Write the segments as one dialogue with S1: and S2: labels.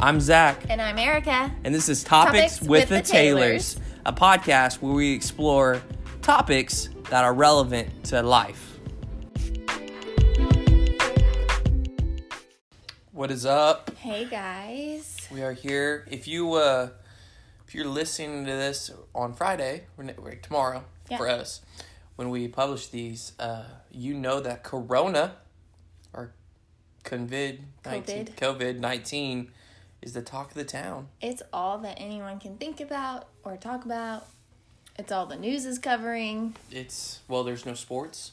S1: I'm Zach,
S2: And I'm Erica.
S1: and this is Topics, with, the, Taylors, a podcast where we explore topics that are relevant to life. What is up?
S2: Hey guys.
S1: We are here. If you uh, if you're listening to this on Friday, or n- or tomorrow
S2: Yeah.
S1: for us, when we publish these, uh, you know that Corona or COVID nineteen
S2: COVID.
S1: COVID nineteen is the talk of the town.
S2: It's all that anyone can think about or talk about. It's all the news is covering.
S1: It's well, there's no sports.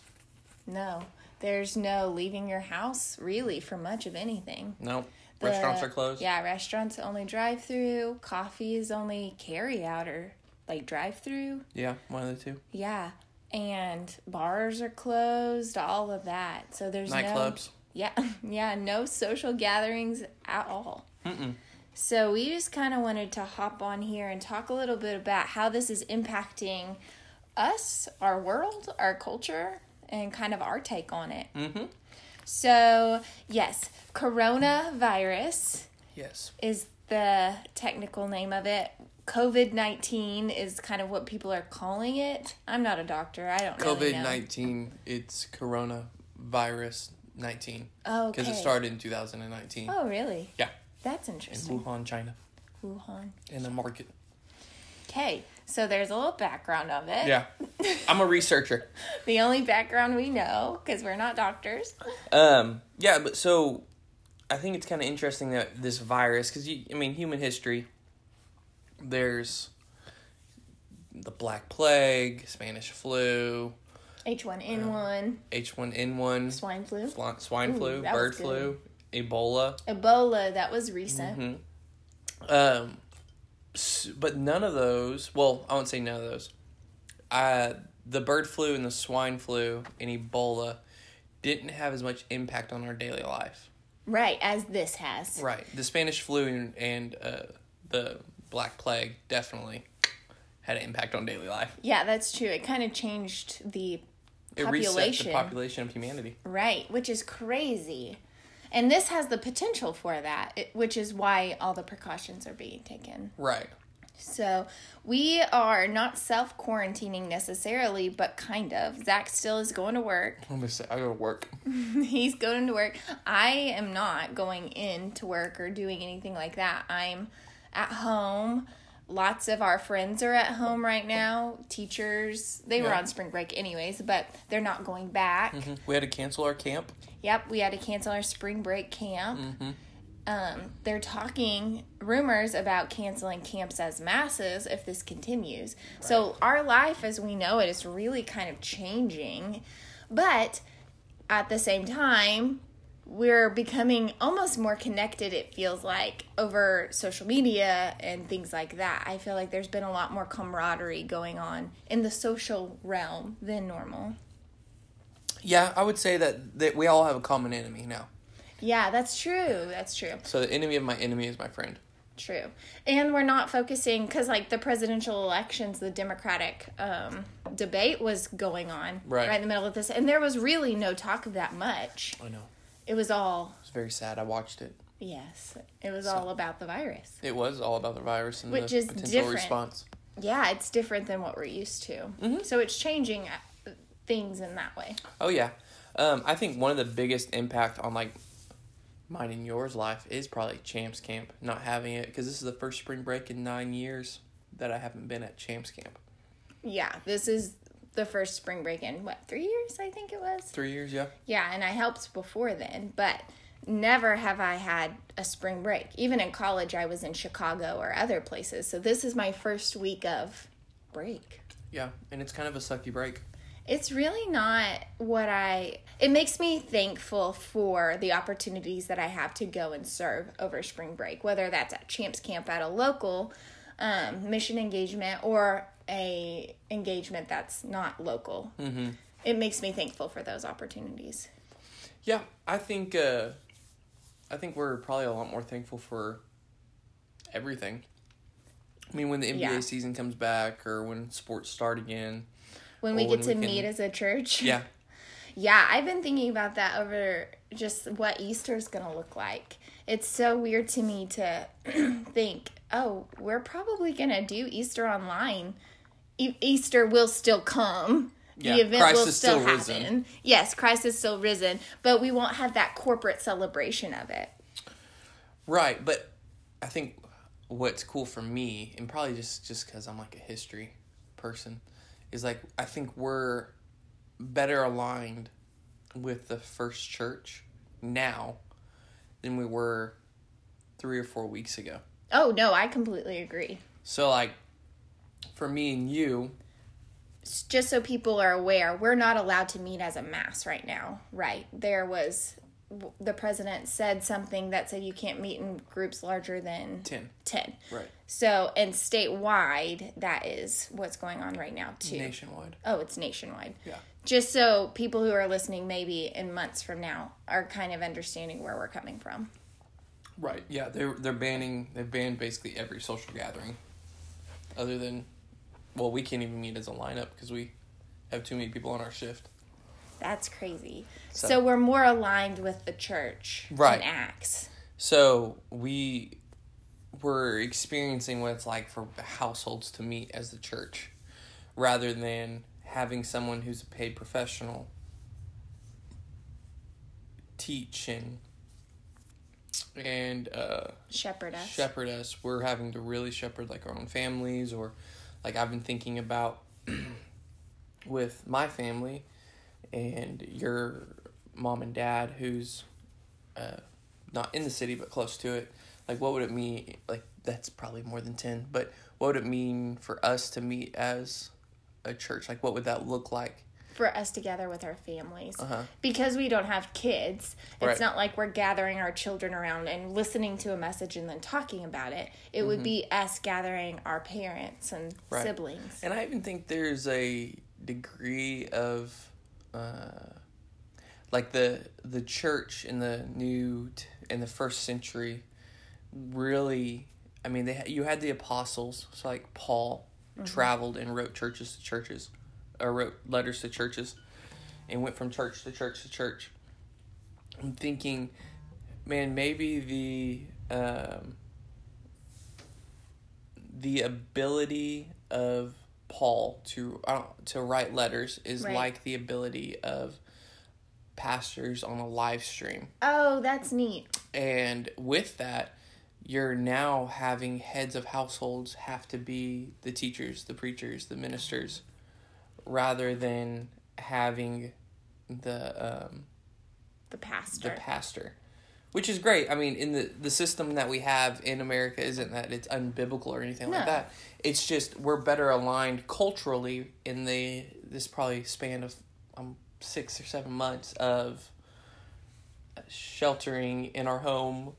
S2: No, there's no leaving your house really for much of anything.
S1: No
S2: The-
S1: restaurants are closed.
S2: Yeah, restaurants only drive through. Coffee is only carry out or like drive through.
S1: Yeah, one of the two
S2: Yeah. And bars are closed, all of that. So there's no
S1: nightclubs.
S2: Yeah, yeah, no social gatherings at all. So we just kind of wanted to hop on here and talk a little bit about how this is impacting us, our world, our culture, and kind of our take on it. Mm-hmm. So yes, coronavirus
S1: Yes.
S2: is the technical name of it. COVID nineteen is kind of what people are calling it. I'm not a doctor. I don't really
S1: COVID
S2: know.
S1: nineteen. It's coronavirus nineteen
S2: Oh,
S1: because
S2: okay.
S1: it started in two thousand and nineteen.
S2: Oh, really?
S1: Yeah,
S2: That's
S1: in
S2: interesting.
S1: Wuhan, China, Mm-hmm.
S2: Wuhan.
S1: in the market.
S2: Okay, so there's a little background of it.
S1: Yeah, I'm a researcher.
S2: The only background we know, because we're not doctors.
S1: Um, yeah, but so I think it's kind of interesting that this virus, because I mean, human history. There's the Black Plague, Spanish flu,
S2: H1N1,
S1: H one N one,
S2: swine flu,
S1: swine
S2: Ooh,
S1: flu,
S2: that
S1: bird
S2: was
S1: flu, Ebola.
S2: Ebola, that was recent.
S1: Um, s- but none of those. Well, I won't say none of those. Uh, the bird flu and the swine flu and Ebola didn't have as much impact on our daily life.
S2: Right, as this has.
S1: Mm-hmm. Right. The Spanish flu and, and uh, the Black Plague definitely had an impact on daily life.
S2: Yeah, that's true. It kind of changed the
S1: It reset
S2: population.
S1: the population of humanity.
S2: right, which is crazy. And this has the potential for that, it, which is why all the precautions are being taken.
S1: Right.
S2: So we are not self quarantining necessarily, but kind of. Zach still is going to work.
S1: I'm gonna say I gotta work.
S2: he's going to work. I am not going in to work or doing anything like that. I'm at home. Lots of our friends are at home right now. Teachers, they were
S1: Yeah.
S2: on spring break anyways, but they're not going back.
S1: Mm-hmm. We had to cancel our camp.
S2: Yep, we had to cancel our spring break camp. Um, they're talking rumors about canceling camps as masses if this continues. So our life as we know it is really kind of changing, but at the same time, we're becoming almost more connected. It feels like over social media and things like that. I feel like there's been a lot more camaraderie going on in the social realm than normal.
S1: Yeah, I would say that that we all have a common enemy now.
S2: Yeah, that's true. That's true.
S1: So the enemy of my enemy is my friend.
S2: True. And we're not focusing because, like, the presidential elections, the Democratic um, debate was going on
S1: Right.
S2: in the middle of this, and there was really no talk of that much.
S1: I know.
S2: It was all
S1: It's very sad. I watched it.
S2: yes, it was all about the virus.
S1: It was all about the virus and
S2: Which
S1: the
S2: is
S1: potential
S2: different.
S1: response.
S2: Yeah, it's different than what we're used to. So it's changing uh, things in that way.
S1: Oh yeah, um, I think one of the biggest impact on like mine and yours life is probably Champs Camp not having it because this is the first spring break in nine years that I haven't been at Champs Camp.
S2: Yeah, this is the first spring break in what three years? I think it was.
S1: Three years, yeah.
S2: Yeah, and I helped before then, but never have I had a spring break. Even in college, I was in Chicago or other places. So this is my first week of break.
S1: Yeah, and it's kind of a sucky break.
S2: It's really not what I. It makes me thankful for the opportunities that I have to go and serve over spring break, whether that's at Champs Camp at a local um, mission engagement or a engagement that's not local. It makes me thankful for those opportunities.
S1: Yeah, I think uh, I think we're probably a lot more thankful for everything. I mean, when the NBA
S2: Yeah.
S1: season comes back or when sports start again.
S2: when we
S1: or
S2: get
S1: when
S2: to
S1: we can-
S2: meet as a church.
S1: Yeah,
S2: Yeah, I've been thinking about that over just what Easter's going to look like. It's so weird to me to think, oh, we're probably going to do Easter online. E- Easter will still come.
S1: Yeah,
S2: the event
S1: Christ
S2: will
S1: is
S2: still,
S1: still
S2: happen.
S1: risen.
S2: Yes, Christ is still risen, but we won't have that corporate celebration of it.
S1: Right, but I think what's cool for me, and probably just just because I'm like a history person, is like I think we're better aligned with the first church now than we were three or four weeks ago.
S2: Oh, no, I completely agree.
S1: So like, for me and you,
S2: s- just so people are aware, we're not allowed to meet as a mass right now, right? There was w- the president said something that said you can't meet in groups larger than
S1: 10.
S2: 10.
S1: right,
S2: So, and statewide, that is what's going on right now, too.
S1: nationwide,
S2: Oh, it's nationwide.
S1: yeah,
S2: Just so people who are listening, maybe in months from now, are kind of understanding where we're coming from.
S1: right, yeah. They're they're banning they banned basically every social gathering, other than, well, we can't even meet as a lineup because we have too many people on our shift.
S2: That's crazy. So,
S1: So-
S2: we're more aligned with the church
S1: Right.
S2: in Acts.
S1: So we were experiencing what it's like for households to meet as the church, rather than having someone who's a paid professional teach and and uh,
S2: Shepherd us.
S1: shepherd us. We're having to really shepherd like our own families, or like I've been thinking about with my family and your mom and dad, who's uh, not in the city but close to it. Like, what would it mean? Like, that's probably more than 10, but what would it mean for us to meet as a church? Like, what would that look like?
S2: for us together with our families
S1: Uh-huh.
S2: because we don't have kids it's
S1: Right.
S2: not like we're gathering our children around and listening to a message and then talking about it it would be us gathering our parents and
S1: Mm-hmm. Right.
S2: siblings
S1: And I even think there's a degree of, uh, like the the church in the new t- in the first century, really. I mean, they ha- you had the apostles, so like Paul traveled and wrote churches to churches, or wrote letters to churches, and went from church to church to church. I'm thinking, man, maybe the um, the ability of Paul to I don't- to write letters is
S2: Right.
S1: like the ability of pastors on a live stream.
S2: oh that's neat
S1: And with that, you're now having heads of households have to be the teachers, the preachers, the ministers, rather than having the um,
S2: the pastor
S1: the pastor, which is great. I mean, in the the system that we have in America isn't that it's unbiblical or anything
S2: No.
S1: like that. It's just we're better aligned culturally in the this probably span of um six or seven months of sheltering in our home,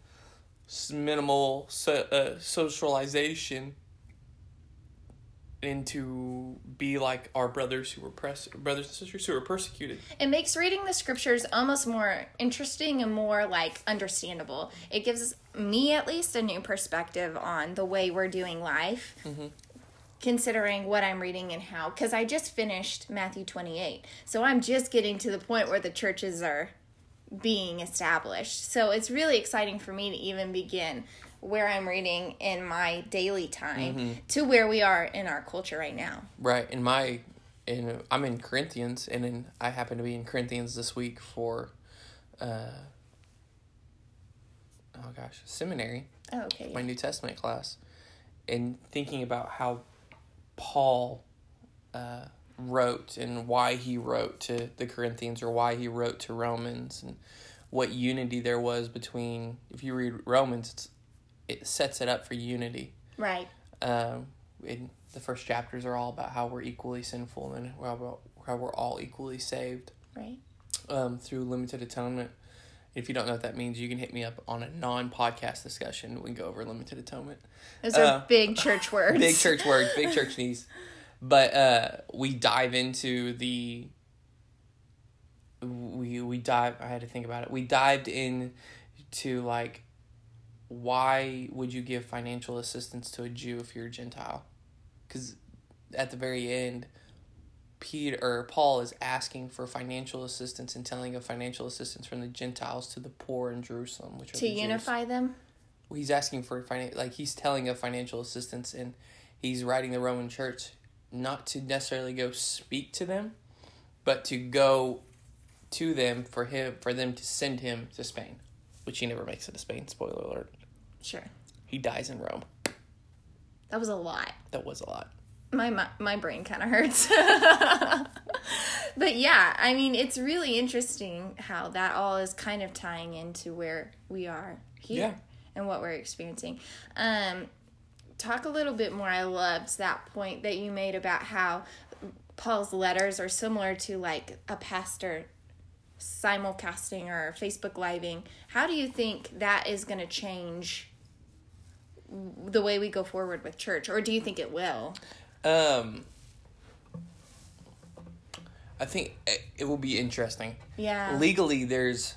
S1: s- minimal so, uh, socialization. And to be like our brothers who were press brothers and sisters who were persecuted.
S2: It makes reading the scriptures almost more interesting and more like understandable. It gives me, at least, a new perspective on the way we're doing life,
S1: Mm-hmm.
S2: considering what I'm reading and how. Because I just finished Matthew 28. So I'm just getting to the point where the churches are being established. So it's really exciting for me to even begin where I'm reading in my daily time
S1: Mm-hmm.
S2: to where we are in our culture right now.
S1: Right, in my, in I'm in Corinthians, and in I happen to be in Corinthians this week for, uh, oh gosh, seminary,
S2: Oh, okay.
S1: my New Testament class, and thinking about how Paul, uh, wrote and why he wrote to the Corinthians or why he wrote to Romans and what unity there was between. If you read Romans, it's, it sets it up for unity
S2: Right.
S1: um, in the first chapters are all about how we're equally sinful and how we're, how we're all equally saved
S2: Right.
S1: um, through limited atonement. If you don't know what that means, you can hit me up on a non-podcast discussion. We can go over limited atonement.
S2: Those are
S1: Uh,
S2: big church words.
S1: Big church words, big church needs. But uh, we dive into the we we dive. I had to think about it. We dived in to like why would you give financial assistance to a Jew if you're a Gentile? Because at the very end, Peter or Paul is asking for financial assistance and telling of financial assistance from the Gentiles to the poor in Jerusalem, which are
S2: to
S1: the Jews.
S2: unify them.
S1: He's asking for finan- like he's telling of financial assistance, and he's writing the Roman Church not to necessarily go speak to them, but to go to them for him for them to send him to Spain, which he never makes it to Spain. Spoiler alert:
S2: Sure,
S1: he dies in Rome.
S2: that was a lot.
S1: That was a lot.
S2: my my, my brain kind of hurts but yeah i mean it's really interesting how that all is kind of tying into where we are here
S1: Yeah.
S2: and what we're experiencing um talk a little bit more i loved that point that you made about how paul's letters are similar to like a pastor simulcasting or facebook living how do you think that is going to change the way we go forward with church or do you think it will
S1: Um, I think it, it will be interesting.
S2: Yeah.
S1: Legally, there's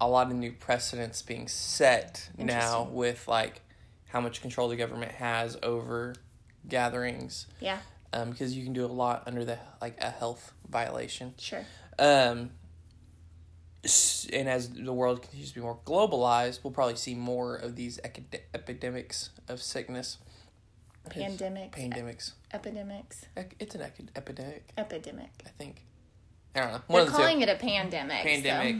S1: a lot of new precedents being set now
S2: Interesting.
S1: with like how much control the government has over gatherings,
S2: yeah.
S1: um, because you can do a lot under the like a health violation.
S2: Sure.
S1: Um, s- and as the world continues to be more globalized, we'll probably see more of these ecide- epidemics of sickness.
S2: Pandemics.
S1: Pandemics.
S2: Epidemics.
S1: Ec- It's an ec- epidemic,
S2: Epidemic.
S1: I think. I don't know. One
S2: They're
S1: of the
S2: calling
S1: two.
S2: it a pandemic. so
S1: Pandemic,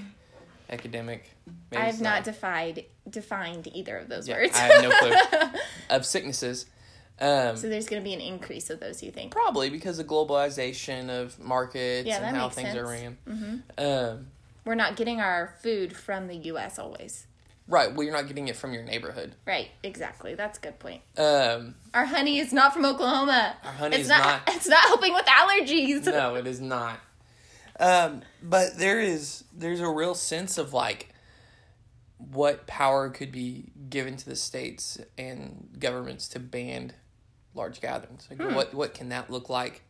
S1: academic. Maybe
S2: I
S1: it's
S2: have not defied defined either of those
S1: Yeah,
S2: words.
S1: I have no clue of sicknesses. Um,
S2: so there's going to be an increase of those. You think?
S1: probably because of globalization of markets
S2: Yeah, that
S1: and how
S2: makes
S1: things are ran.
S2: sense. Mm-hmm.
S1: Um,
S2: We're not getting our food from the U.S. always.
S1: right. Well, you're not getting it from your neighborhood.
S2: Right. Exactly. That's a good point.
S1: Um,
S2: Our honey is not from Oklahoma. Our
S1: honey
S2: it's
S1: is not.
S2: It's not helping with allergies.
S1: no, it is not. Um, but there is there's a real sense of like what power could be given to the states and governments to ban large gatherings. Like what what can that look like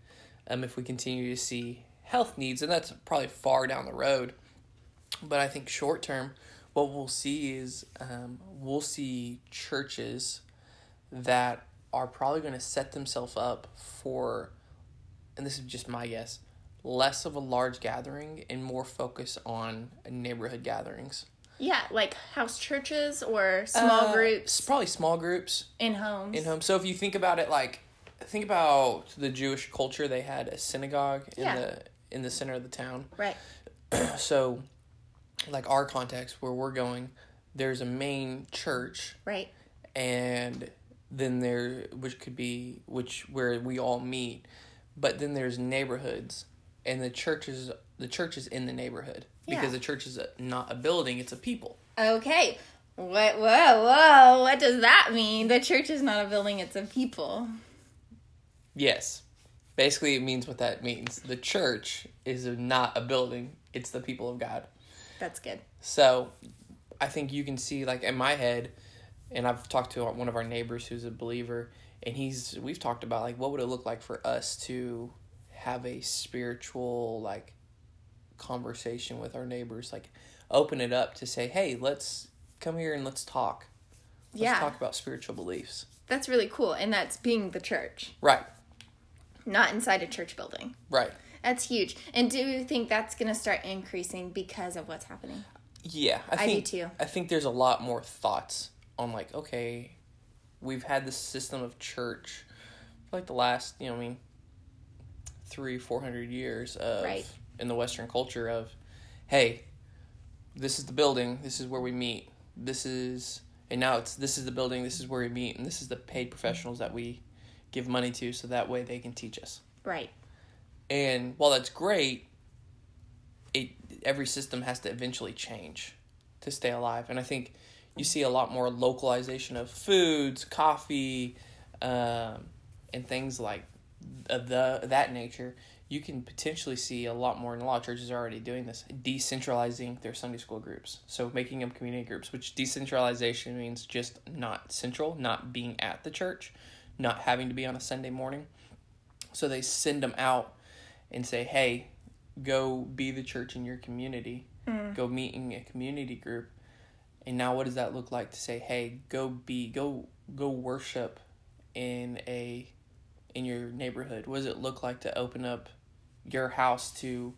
S1: um, if we continue to see health needs, and that's probably far down the road. But I think short term, what we'll see is um, we'll see churches that are probably going to set themselves up for and this is just my guess, less of a large gathering and more focus on neighborhood gatherings.
S2: Yeah, like house churches or small
S1: Uh,
S2: groups
S1: s- probably small groups
S2: in homes.
S1: in home. So if you think about it, like think about the Jewish culture, they had a synagogue in
S2: Yeah.
S1: the in the center of the town.
S2: Right.
S1: So, like our context where we're going, there's a main church
S2: Right.
S1: and then there which could be which where we all meet but then there's neighborhoods and the church is the church is in the neighborhood because
S2: Yeah.
S1: the church is a, not a building it's a people
S2: Okay. What? Whoa, whoa. What does that mean? The church is not a building; it's a people.
S1: yes basically it means what that means the church is not a building it's the people of god
S2: That's good.
S1: So I think you can see like in my head, and I've talked to one of our neighbors who's a believer, and he's we've talked about like what would it look like for us to have a spiritual like conversation with our neighbors, like open it up to say, hey, let's come here and let's talk. Let's
S2: yeah,
S1: talk about spiritual beliefs.
S2: that's really cool, and that's being the church,
S1: Right.
S2: not inside a church building.
S1: Right.
S2: That's huge. And do you think that's going to start increasing because of what's happening?
S1: Yeah, I,
S2: do
S1: think,
S2: too.
S1: I think there's a lot more thoughts on like, okay, we've had this system of church for like the last, you know, I mean, three, four hundred years of
S2: Right.
S1: in the Western culture of, hey, this is the building, this is where we meet, this is, and now it's this is the building, this is where we meet, and this is the paid professionals that we give money to, so that way they can teach us.
S2: Right.
S1: And while that's great, it every system has to eventually change to stay alive. And I think you see a lot more localization of foods, coffee, um, and things like of the that nature. You can potentially see a lot more, and a lot of churches are already doing this, decentralizing their Sunday school groups. So making them community groups, which decentralization means just not central, not being at the church, not having to be on a Sunday morning. So they send them out and say, hey, go be the church in your community, go meet in a community group. And now, what does that look like to say, hey, go be, go, go worship in a, in your neighborhood? What does it look like to open up your house to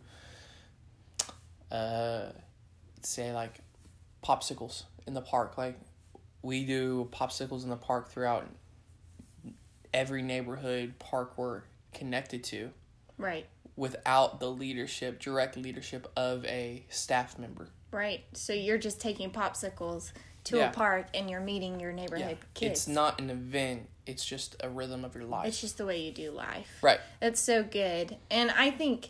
S1: uh say like popsicles in the park like we do popsicles in the park throughout every neighborhood park we're connected to
S2: Right.
S1: without the leadership direct leadership of a staff member
S2: Right. So you're just taking popsicles to
S1: Yeah.
S2: a park and you're meeting your neighborhood kids.
S1: it's not an event it's just a rhythm of your life
S2: It's just the way you do life.
S1: right
S2: That's so good. And I think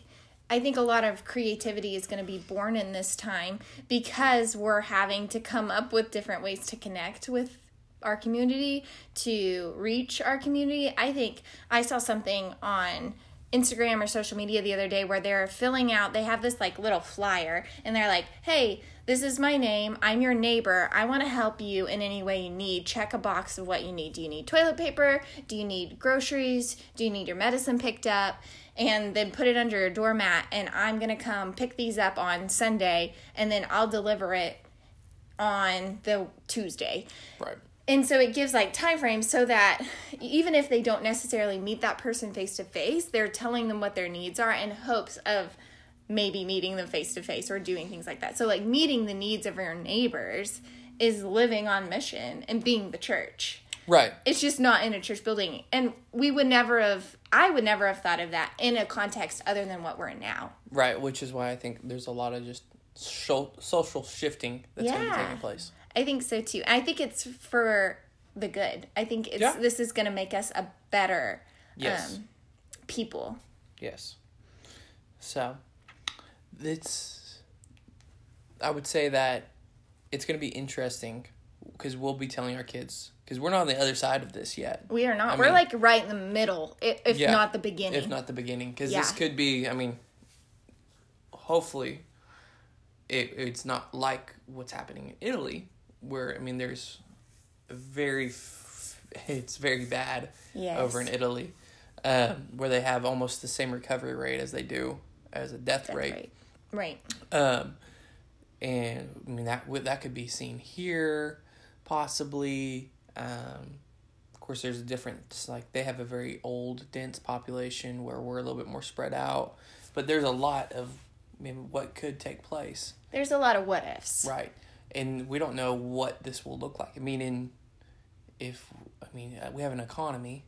S2: I think a lot of creativity is going to be born in this time because we're having to come up with different ways to connect with our community, to reach our community. I think I saw something on Instagram or social media the other day where they're filling out, they have this like little flyer and they're like, hey, this is my name. I'm your neighbor. I want to help you in any way you need. Check a box of what you need. Do you need toilet paper? Do you need groceries? Do you need your medicine picked up? And then put it under your doormat. And I'm going to come pick these up on Sunday and then I'll deliver it on the Tuesday
S1: right
S2: and so it gives like time frames so that even if they don't necessarily meet that person face to face they're telling them what their needs are in hopes of maybe meeting them face to face or doing things like that so like meeting the needs of your neighbors is living on mission and being the church
S1: right
S2: it's just not in a church building and we would never have i would never have thought of that in a context other than what we're in now
S1: Right, which is why I think there's a lot of just so- social shifting that's going to be
S2: Yeah.
S1: taking place.
S2: I think so too. I think it's for the good. I think it's
S1: Yeah.
S2: this is going to make us a better um,
S1: Yes.
S2: people.
S1: Yes. So, it's. I would say that it's going to be interesting because we'll be telling our kids because we're not on the other side of this yet,
S2: We are not.
S1: I
S2: we're
S1: mean-
S2: like right in the middle, i- if
S1: Yeah.
S2: not the beginning.
S1: if not the beginning. Because this
S2: Yeah.
S1: could be. I mean, hopefully, it it's not like what's happening in Italy, where I mean, there's very. F- it's very bad.
S2: yes.
S1: over in Italy, um, where they have almost the same recovery rate as they do as a death,
S2: That's
S1: rate.
S2: right. Right.
S1: Um, and I mean that would that could be seen here, possibly. Um, of course, there's a difference. Like they have a very old, dense population where we're a little bit more spread out, but there's a lot of I mean, what could take place,
S2: There's a lot of what ifs.
S1: right? And we don't know what this will look like. I mean, in if I mean uh, we have an economy,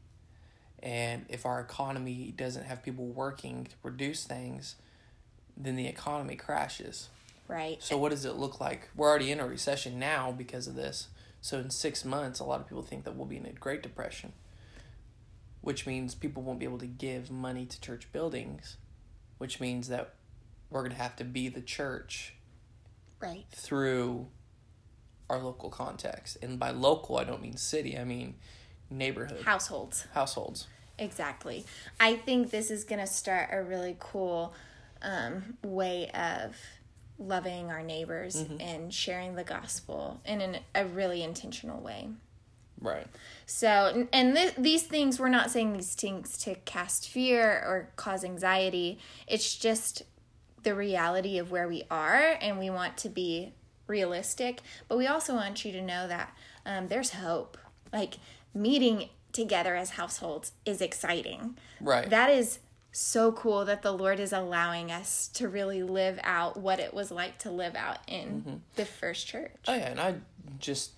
S1: and if our economy doesn't have people working to produce things, then the economy crashes.
S2: Right.
S1: So what does it look like? We're already in a recession now because of this. So in six months, a lot of people think that we'll be in a Great Depression, which means people won't be able to give money to church buildings, which means that we're gonna have to be the church
S2: Right.
S1: through our local context. And by local, I don't mean city. I mean neighborhood
S2: Households.
S1: households.
S2: Exactly. I think this is going to start a really cool um, way of loving our neighbors
S1: Mm-hmm.
S2: and sharing the gospel in an, a really intentional way.
S1: Right.
S2: So, and th- these things, we're not saying these things to cast fear or cause anxiety. It's just the reality of where we are, and we want to be realistic. But we also want you to know that um, there's hope. Like, meeting together as households is exciting.
S1: Right.
S2: That is so cool that the Lord is allowing us to really live out what it was like to live out in the first church.
S1: Oh yeah, and I just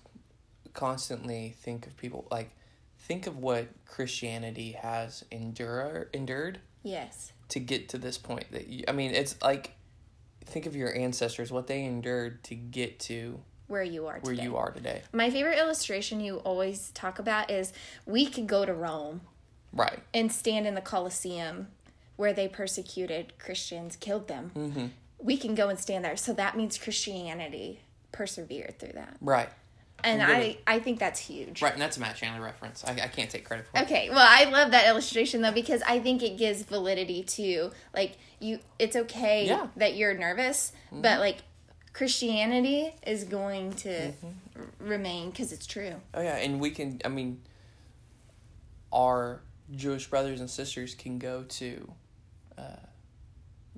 S1: constantly think of people like think of what Christianity has endure endured
S2: Yes.
S1: to get to this point that you, I mean it's like think of your ancestors what they endured to get to
S2: Where you are today.
S1: where you are today.
S2: My favorite illustration you always talk about is we could go to Rome
S1: Right.
S2: and stand in the Colosseum where they persecuted Christians, killed them.
S1: Mm-hmm.
S2: We can go and stand there. So that means Christianity persevered through that.
S1: Right.
S2: And I,
S1: Really?
S2: I think that's huge.
S1: Right, and that's a Matt Chandler reference. I, I can't take credit for it.
S2: Okay, well, I love that illustration though because I think it gives validity to like you. It's okay
S1: Yeah. Mm-hmm.
S2: that you're nervous, but like Christianity is going to
S1: Mm-hmm.
S2: r- remain because it's true.
S1: Oh yeah, and we can. I mean, our Jewish brothers and sisters can go to uh,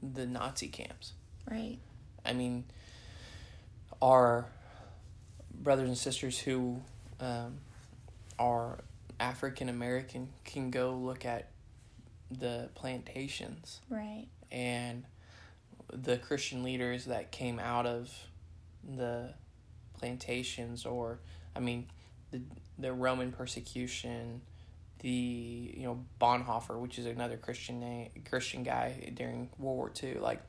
S1: the Nazi camps.
S2: Right.
S1: I mean, our brothers and sisters who um, are African American can go look at the plantations
S2: Right.
S1: and the Christian leaders that came out of the plantations, or I mean, the the Roman persecution, the you know Bonhoeffer, which is another Christian name, Christian guy during World War II. Like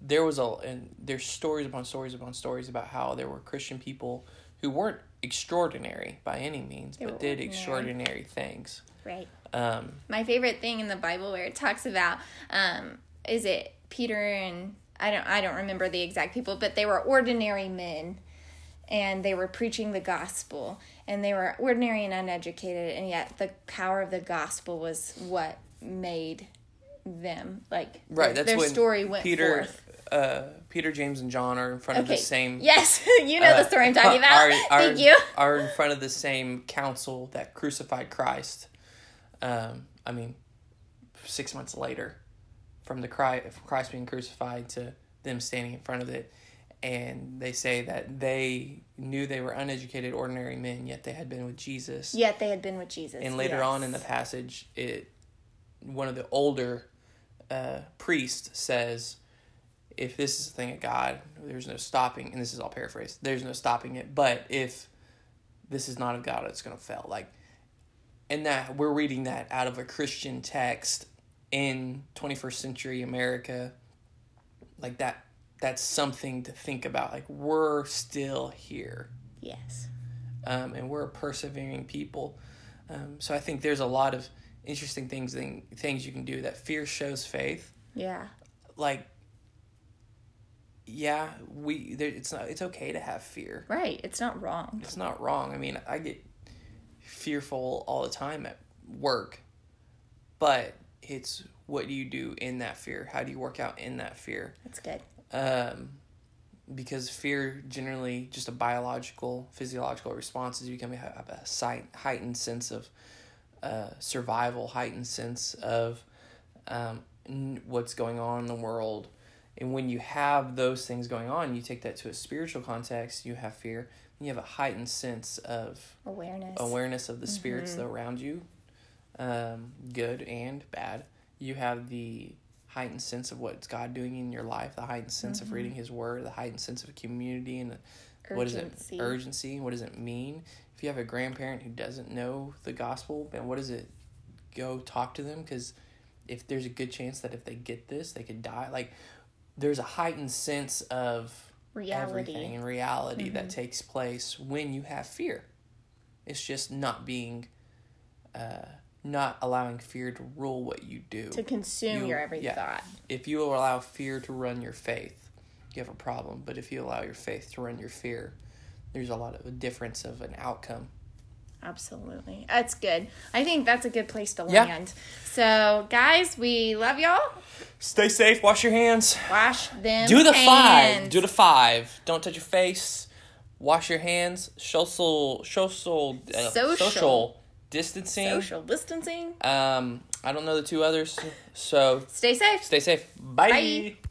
S1: there was a and there's stories upon stories upon stories about how there were Christian people who weren't extraordinary by any means,
S2: They were
S1: but did
S2: ordinary.
S1: extraordinary things.
S2: Right.
S1: Um,
S2: My favorite thing in the Bible where it talks about um is it Peter and I don't I don't remember the exact people, but they were ordinary men and they were preaching the gospel and they were ordinary and uneducated and yet the power of the gospel was what made them like
S1: right.
S2: their,
S1: That's
S2: their
S1: when
S2: story went
S1: Peter,
S2: forth.
S1: uh, Peter, James, and John are in front of the same. uh,
S2: Yes, you know the story I'm talking about.
S1: Are, are-
S2: Thank you.
S1: Are in front of the same council that crucified Christ. Um, I mean, six months later, from the cry from Christ being crucified to them standing in front of it, and they say that they knew they were uneducated, ordinary men, yet they had been with Jesus.
S2: Yet they had been with Jesus.
S1: And later on in the
S2: yes.
S1: passage, it one of the older uh, priests says, "If this is the thing of God, there's no stopping." And this is all paraphrased. There's no stopping it. But if this is not of God, it's going to fail. Like, and that we're reading that out of a Christian text in 21st century America. Like that. That's something to think about. Like we're still here
S2: Yes.
S1: um, and we're a persevering people. Um, so I think there's a lot of interesting things thing, things you can do. That fear shows faith.
S2: Yeah.
S1: Like, yeah, we there, it's not it's okay to have fear.
S2: Right. It's not wrong.
S1: It's not wrong. I mean, I get fearful all the time at work, but it's what do you do in that fear? How do you work out in that fear?
S2: It's good.
S1: um, because fear generally just a biological physiological response is you can have a sight, heightened sense of uh, survival heightened sense of um, n- what's going on in the world and when you have those things going on you take that to a spiritual context you have fear and you have a heightened sense of
S2: Awareness.
S1: awareness of the spirits around you, um, good and bad. You have the heightened sense of what's God doing in your life, the heightened sense of reading His Word, the heightened sense of community, and what is it
S2: Urgency.
S1: urgency? What does it mean? If you have a grandparent who doesn't know the gospel, then what does it? Go talk to them because if there's a good chance that if they get this, they could die. Like there's a heightened sense of
S2: Reality. Mm-hmm.
S1: everything and reality that takes place when you have fear. It's just not being, uh, not allowing fear to rule what you do.
S2: to consume
S1: You-
S2: your every
S1: yeah.
S2: thought.
S1: If you allow fear to run your faith, you have a problem. But if you allow your faith to run your fear, there's a lot of a difference of an outcome.
S2: Absolutely. That's good. I think that's a good place to
S1: Yeah.
S2: land. So, guys, we love y'all.
S1: Stay safe. Wash your hands.
S2: Wash them.
S1: Do the
S2: hands.
S1: five. Do the five. Don't touch your face. Wash your hands. Social, social, uh,
S2: Social.
S1: social. distancing.
S2: social distancing.
S1: Um, I don't know the two others. So
S2: Stay safe.
S1: stay safe. Bye.
S2: Bye.